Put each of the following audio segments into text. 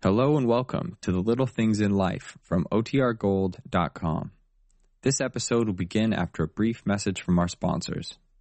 Hello and welcome to the Little Things in Life from OTRGold.com. This episode will begin after a brief message from our sponsors.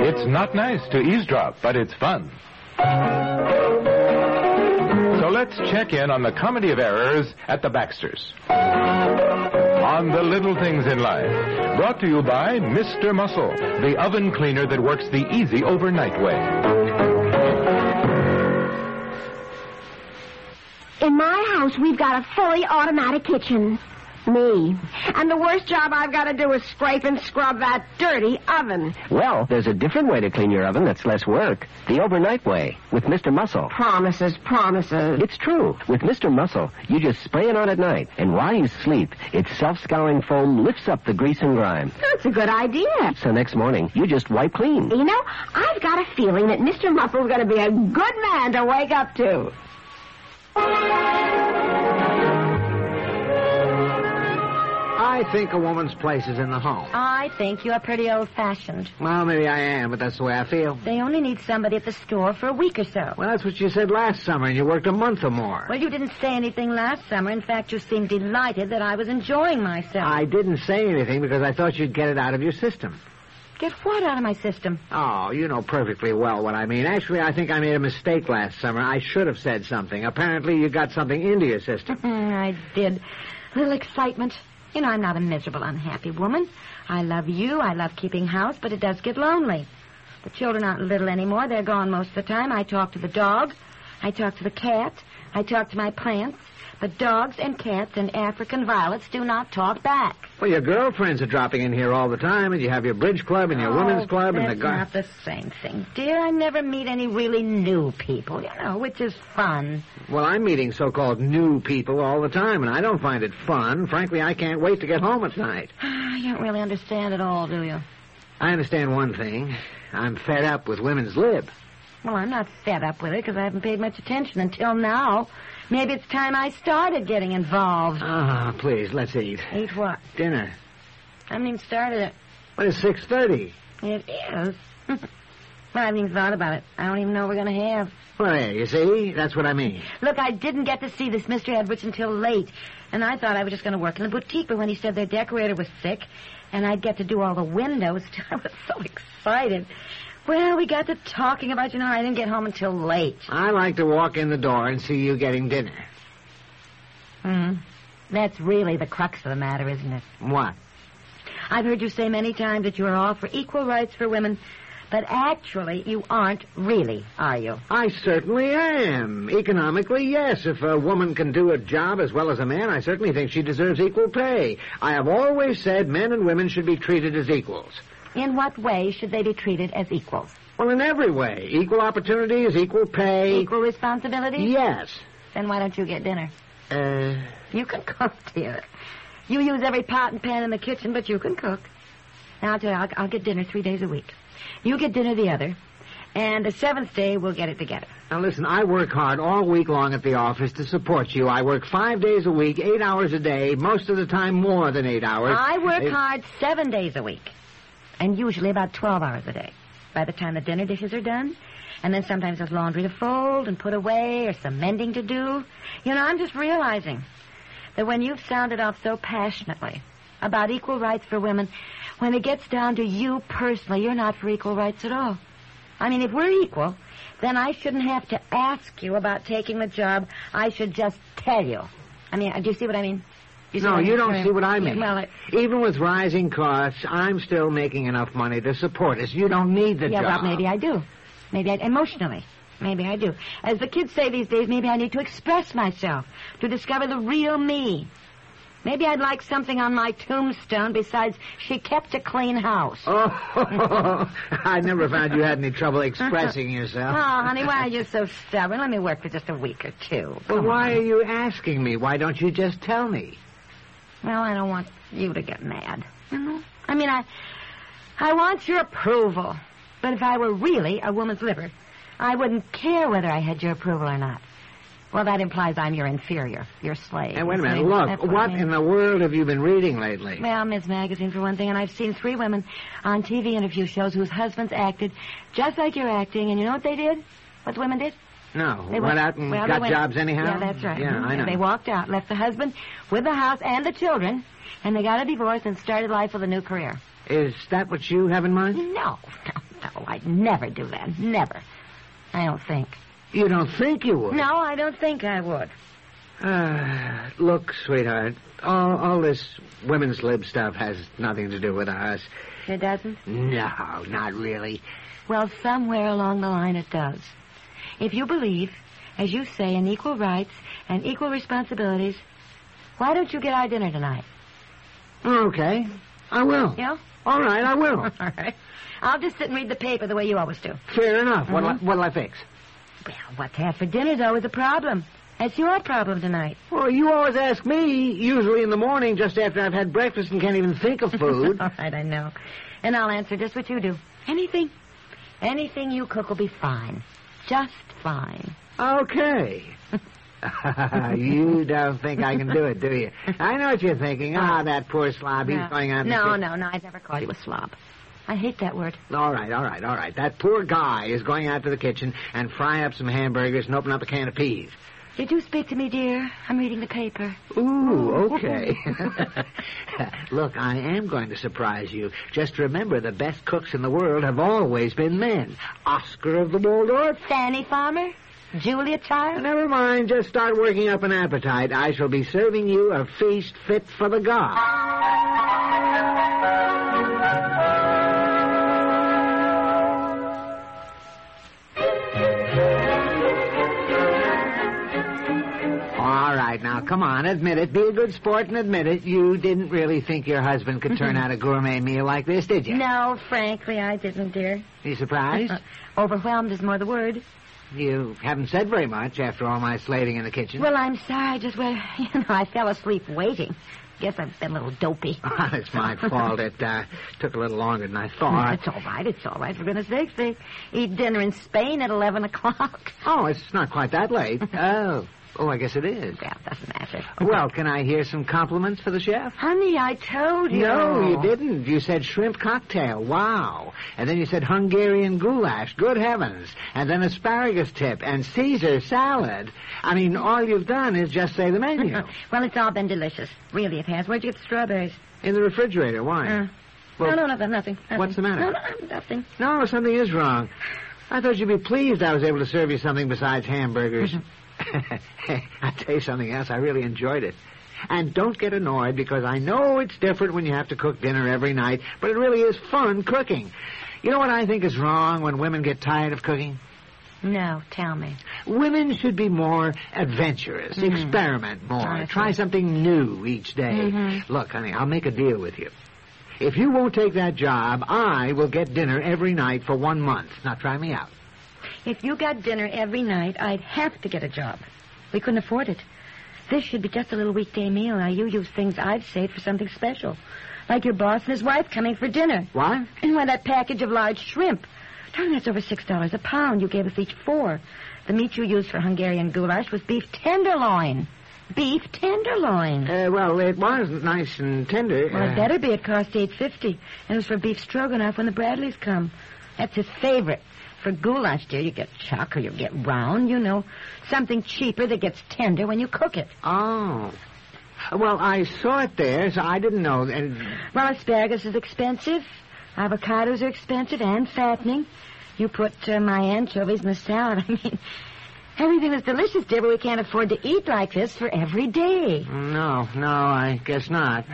It's not nice to eavesdrop, but it's fun. So let's check in on the comedy of errors at the Baxters. On the little things in life. Brought to you by Mr. Muscle, the oven cleaner that works the easy overnight way. In my house, we've got a fully automatic kitchen. Me. And the worst job I've got to do is scrape and scrub that dirty oven. Well, there's a different way to clean your oven that's less work. The overnight way, with Mr. Muscle. Promises, promises. It's true. With Mr. Muscle, you just spray it on at night, and while you sleep, its self-scouring foam lifts up the grease and grime. That's a good idea. So next morning, you just wipe clean. You know, I've got a feeling that Mr. Muffle's going to be a good man to wake up to. I think a woman's place is in the home. I think you're pretty old fashioned. Well, maybe I am, but that's the way I feel. They only need somebody at the store for a week or so. Well, that's what you said last summer, and you worked a month or more. Well, you didn't say anything last summer. In fact, you seemed delighted that I was enjoying myself. I didn't say anything because I thought you'd get it out of your system. Get what out of my system? Oh, you know perfectly well what I mean. Actually, I think I made a mistake last summer. I should have said something. Apparently, you got something into your system. Mm, I did. A little excitement. You know, I'm not a miserable, unhappy woman. I love you. I love keeping house, but it does get lonely. The children aren't little anymore. They're gone most of the time. I talk to the dog. I talk to the cat. I talk to my plants. But dogs and cats and African violets do not talk back. Well, your girlfriends are dropping in here all the time, and you have your bridge club and your Oh, women's club and the that's gar- not the same thing, dear. I never meet any really new people, you know, which is fun. Well, I'm meeting so-called new people all the time, and I don't find it fun. Frankly, I can't wait to get home at night. You don't really understand it all, do you? I understand one thing. I'm fed up with women's lib. Well, I'm not fed up with it because I haven't paid much attention until now. Maybe it's time I started getting involved. Ah, please, let's eat. Eat what? Dinner. I haven't even started it. Well, it's 6.30. It is. well, I haven't even thought about it. I don't even know what we're going to have. Well, there, you see? That's what I mean. Look, I didn't get to see this Mr. Edwards until late, and I thought I was just going to work in the boutique, but when he said their decorator was sick, and I'd get to do all the windows, I was so excited. Well, we got to talking about, you know, I didn't get home until late. I like to walk in the door and see you getting dinner. Hmm. That's really the crux of the matter, isn't it? What? I've heard you say many times that you are all for equal rights for women, but actually you aren't really, are you? I certainly am. Economically, yes. If a woman can do a job as well as a man, I certainly think she deserves equal pay. I have always said men and women should be treated as equals. In what way should they be treated as equals? Well, in every way. Equal opportunity is equal pay. Equal responsibility? Yes. Then why don't you get dinner? Uh, You can cook, dear. You use every pot and pan in the kitchen, but you can cook. Now, I'll tell you, I'll, I'll get dinner three days a week. You get dinner the other. And the seventh day, we'll get it together. Now listen, I work hard all week long at the office to support you. I work five days a week, eight hours a day, most of the time more than eight hours. I work It- hard seven days a week, and usually about 12 hours a day. By the time the dinner dishes are done, and then sometimes there's laundry to fold and put away, or some mending to do. You know, I'm just realizing that when you've sounded off so passionately about equal rights for women, when it gets down to you personally, you're not for equal rights at all. I mean, if we're equal, then I shouldn't have to ask you about taking the job. I should just tell you. I mean, do you see what I mean? You see No, what I you mean? don't see what I mean. Well, it- Even with rising costs, I'm still making enough money to support us. You don't need the yeah, job. well, maybe I do. Maybe I, emotionally. Maybe I do. As the kids say these days, maybe I need to express myself, to discover the real me. Maybe I'd like something on my tombstone besides she kept a clean house. Oh, I never found you had any trouble expressing yourself. Oh, honey, why are you so stubborn? Let me work for just a week or two. But why are you asking me? Why don't you just tell me? Well, I don't want you to get mad. You know? I mean, I, I want your approval. But if I were really a woman's liver, I wouldn't care whether I had your approval or not. Well, that implies I'm your inferior, your slave. And wait a minute, See, look, that's I what mean. in the world have you been reading lately? Well, Ms. Magazine, for one thing, and I've seen three women on TV interview shows whose husbands acted just like you're acting, and you know what they did? What the women did? No, They went, out and well, they got went- jobs anyhow? Yeah, that's right. Yeah, Mhm. I know. They walked out, left the husband with the house and the children, and they got a divorce and started life with a new career. Is that what you have in mind? No, no, no, I'd never do that. Never. I don't think. You don't think you would? No, I don't think I would. Ah, look, sweetheart, all, all this women's lib stuff has nothing to do with us. It doesn't? No, not really. Well, somewhere along the line it does. If you believe, as you say, in equal rights and equal responsibilities, why don't you get our dinner tonight? Okay, I will. You know? All right, I will. All right. I'll just sit and read the paper the way you always do. Fair enough. What'll, I, Mm-hmm. what'll I fix? Well, what to have for dinner's always a problem. That's your problem tonight. Well, you always ask me, usually in the morning, just after I've had breakfast and can't even think of food. All right, I know. And I'll answer just what you do. Anything. Anything you cook will be fine. Just fine. okay. you don't think I can do it, do you? I know what you're thinking. Ah, that poor slob. He's No. going out. in the No, kitchen. no, no. I'd never call you a slob. I hate that word. All right, all right, all right. That poor guy is going out to the kitchen and fry up some hamburgers and open up a can of peas. Did you speak to me, dear? I'm reading the paper. Ooh, okay. Look, I am going to surprise you. Just remember, the best cooks in the world have always been men. Oscar of the Waldorf. Fanny Farmer? Julia Child? Never mind, just start working up an appetite. I shall be serving you a feast fit for the gods. All right, now come on, admit it. Be a good sport and admit it. You didn't really think your husband could turn out a gourmet meal like this, did you? No, frankly, I didn't, dear. You surprised? Overwhelmed is more the word. you haven't said very much after all my slating in the kitchen. Well, I'm sorry. I just went, you know, I fell asleep waiting. Guess I've been a little dopey. Ah, it's my fault. It uh, took a little longer than I thought. It's all right. It's all right. For goodness sakes, they eat dinner in Spain at 11 o'clock. Oh, it's not quite that late. Oh, oh, I guess it is. Well, doesn't matter. Well, can I hear some compliments for the chef? Honey, I told you. No, you didn't. You said shrimp cocktail. Wow. And then you said Hungarian goulash. Good heavens. And then asparagus tip and Caesar salad. I mean, all you've done is just say the menu. Well, it's all been delicious. Really, it has. Where'd you get the strawberries? In the refrigerator. Why? Uh, Well, no, no, nothing, nothing. nothing. what's the matter? No, no, nothing. No, something is wrong. I thought you'd be pleased I was able to serve you something besides hamburgers. I'll tell you something else. I really enjoyed it. And don't get annoyed because I know it's different when you have to cook dinner every night, but it really is fun cooking. You know what I think is wrong when women get tired of cooking? No, tell me. Women should be more adventurous, experiment more, try something new each day. Look, honey, I'll make a deal with you. If you won't take that job, I will get dinner every night for one month. Now try me out. If you got dinner every night, I'd have to get a job. We couldn't afford it. This should be just a little weekday meal. Now, you use things I've saved for something special. Like your boss and his wife coming for dinner. What? And why that package of large shrimp? Darling, that's over six dollars a pound. You gave us each four. The meat you used for Hungarian goulash was beef tenderloin. Beef tenderloin. Uh, well, it was nice and tender. well, uh, it better be. It cost eight fifty, and it was for beef stroganoff when the Bradleys come. That's his favorite. For goulash, dear, you get chuck or you get round. You know, something cheaper that gets tender when you cook it. Oh. Well, I saw it there, so I didn't know. And Well, asparagus is expensive. Avocados are expensive and fattening. You put uh, my anchovies in the salad. I mean, everything was delicious, dear, but we can't afford to eat like this for every day. no, no, I guess not.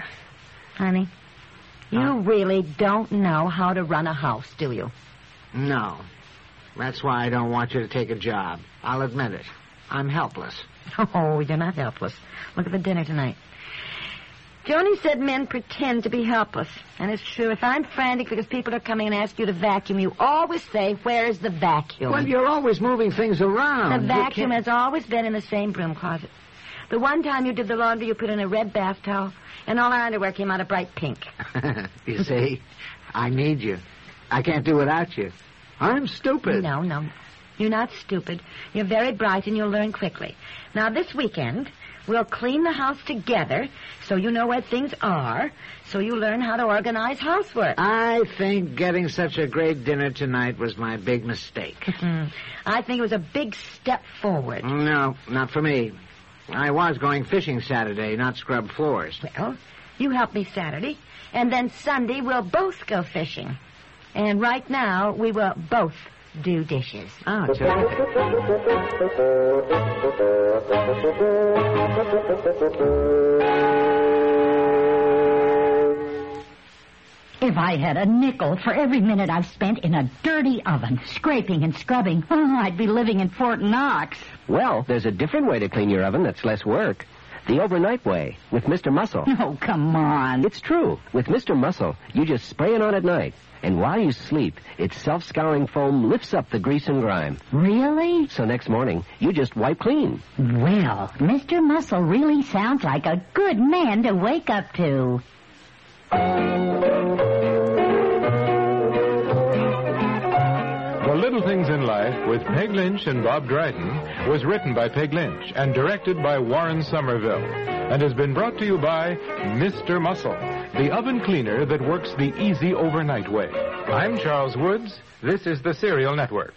Honey, you really don't know how to run a house, do you? No. That's why I don't want you to take a job. I'll admit it. I'm helpless. Oh, you're not helpless. Look at the dinner tonight. Joni said men pretend to be helpless, and it's true. If I'm frantic because people are coming and ask you to vacuum, you always say, "Where's the vacuum?" Well, you're always moving things around. The You vacuum can't- has always been in the same broom closet. The one time you did the laundry, you put in a red bath towel, and all our underwear came out of bright pink. you see, I need you. I can't do without you. I'm stupid. No, no. You're not stupid. You're very bright, and you'll learn quickly. Now, this weekend, we'll clean the house together so you know where things are, so you learn how to organize housework. I think getting such a great dinner tonight was my big mistake. Mm. I think it was a big step forward. no, not for me. I was going fishing Saturday, not scrub floors. Well, you help me Saturday, and then Sunday we'll both go fishing. And right now we will both do dishes. Oh, terrific. If I had a nickel for every minute I've spent in a dirty oven, scraping and scrubbing, oh, I'd be living in Fort Knox. Well, there's a different way to clean your oven that's less work. The overnight way, with Mr. Muscle. Oh, come on. It's true. With Mr. Muscle, you just spray it on at night. And while you sleep, its self scouring foam lifts up the grease and grime. Really? So next morning, you just wipe clean. Well, Mr. Muscle really sounds like a good man to wake up to. The Little Things in Life with Peg Lynch and Bob Dryden was written by Peg Lynch and directed by Warren Somerville and has been brought to you by Mr. Muscle, the oven cleaner that works the easy overnight way. I'm Charles Woods. This is the Serial Network.